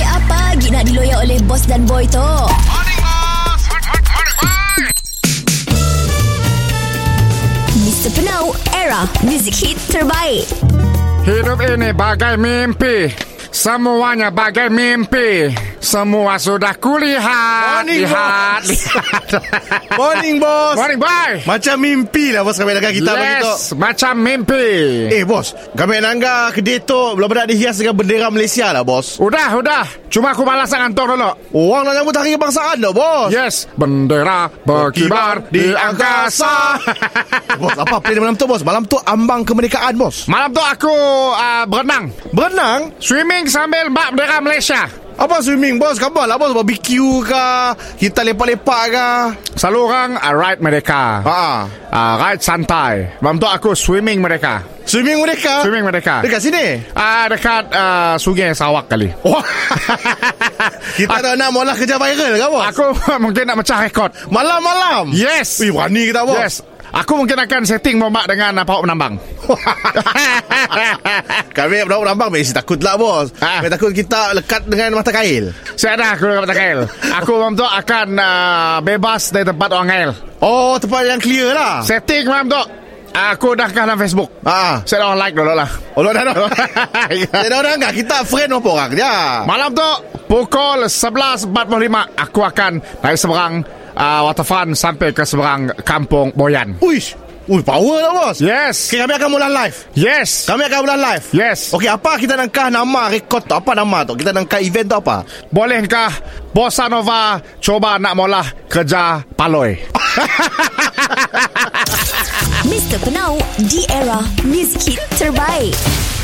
lagi nak diloyak oleh bos dan boy tu. Mr. Penau, era music hit terbaik. Hidup ini bagai mimpi Semuanya bagai mimpi Semua sudah kulihat Morning, Lihat boss. lihat. Morning, boss. Morning boy Macam mimpi lah, bos, kami dengan kita pagi tu. Yes Macam mimpi Eh, bos. Kami nangga kedai tu, budak-budak dihias dengan bendera Malaysia lah, bos. Udah udah Cuma aku balas dengan Anton dulu Orang nak nyambut hari kebangsaan dah, bos. Yes Bendera berkibar Ya, di angkasa bos, apa plan malam tu, bos? Malam tu ambang kemerdekaan, bos. Malam tu aku uh, berenang Berenang? Swimming sambil bak bendera Malaysia Apa swimming, bos? Kabar lah, bos. Barbecue ke? Kita lepak-lepak ke? Selalu orang uh, ride mereka Ha. uh, Ride santai Malam tu aku swimming mereka Swimming mereka? Swimming mereka Dekat sini? Ah uh, dekat uh, sungai Sawak kali. Wah. Kita dah nak mula kerja viral ke, bos? Aku mungkin nak mecah rekod. Malam-malam? Yes. Wih, berani kita, bos. Yes. Aku mungkin akan setting bombak dengan uh, Pak Menambang. Kami berapa rambang Mesti takut lah bos Ah. Kami takut kita lekat dengan mata kail Saya dah aku dekat Kail. Aku malam tu akan uh, bebas dari tempat orang kail. Oh tempat yang clear lah Setting malam tu aku dah kah dalam Facebook. Ah, Saya dah orang like dulu lah. Oh dah dah Dia dah orang Eh, enggak Kita friend berapa orang Ya. je malam tu pukul 11.45 aku akan naik seberang uh, waterfront sampai ke seberang kampung Boyan. Uish Ui power lah bos Yes. okay, Kami akan mula live Yes. Kami akan mula live Yes. Okey apa kita nangkah nama rekod tu Apa nama tu Kita nangkah event tu apa Bolehkah Bossa Nova cuba nak mula kerja paloi? Mr. Penau, di era music hit terbaik.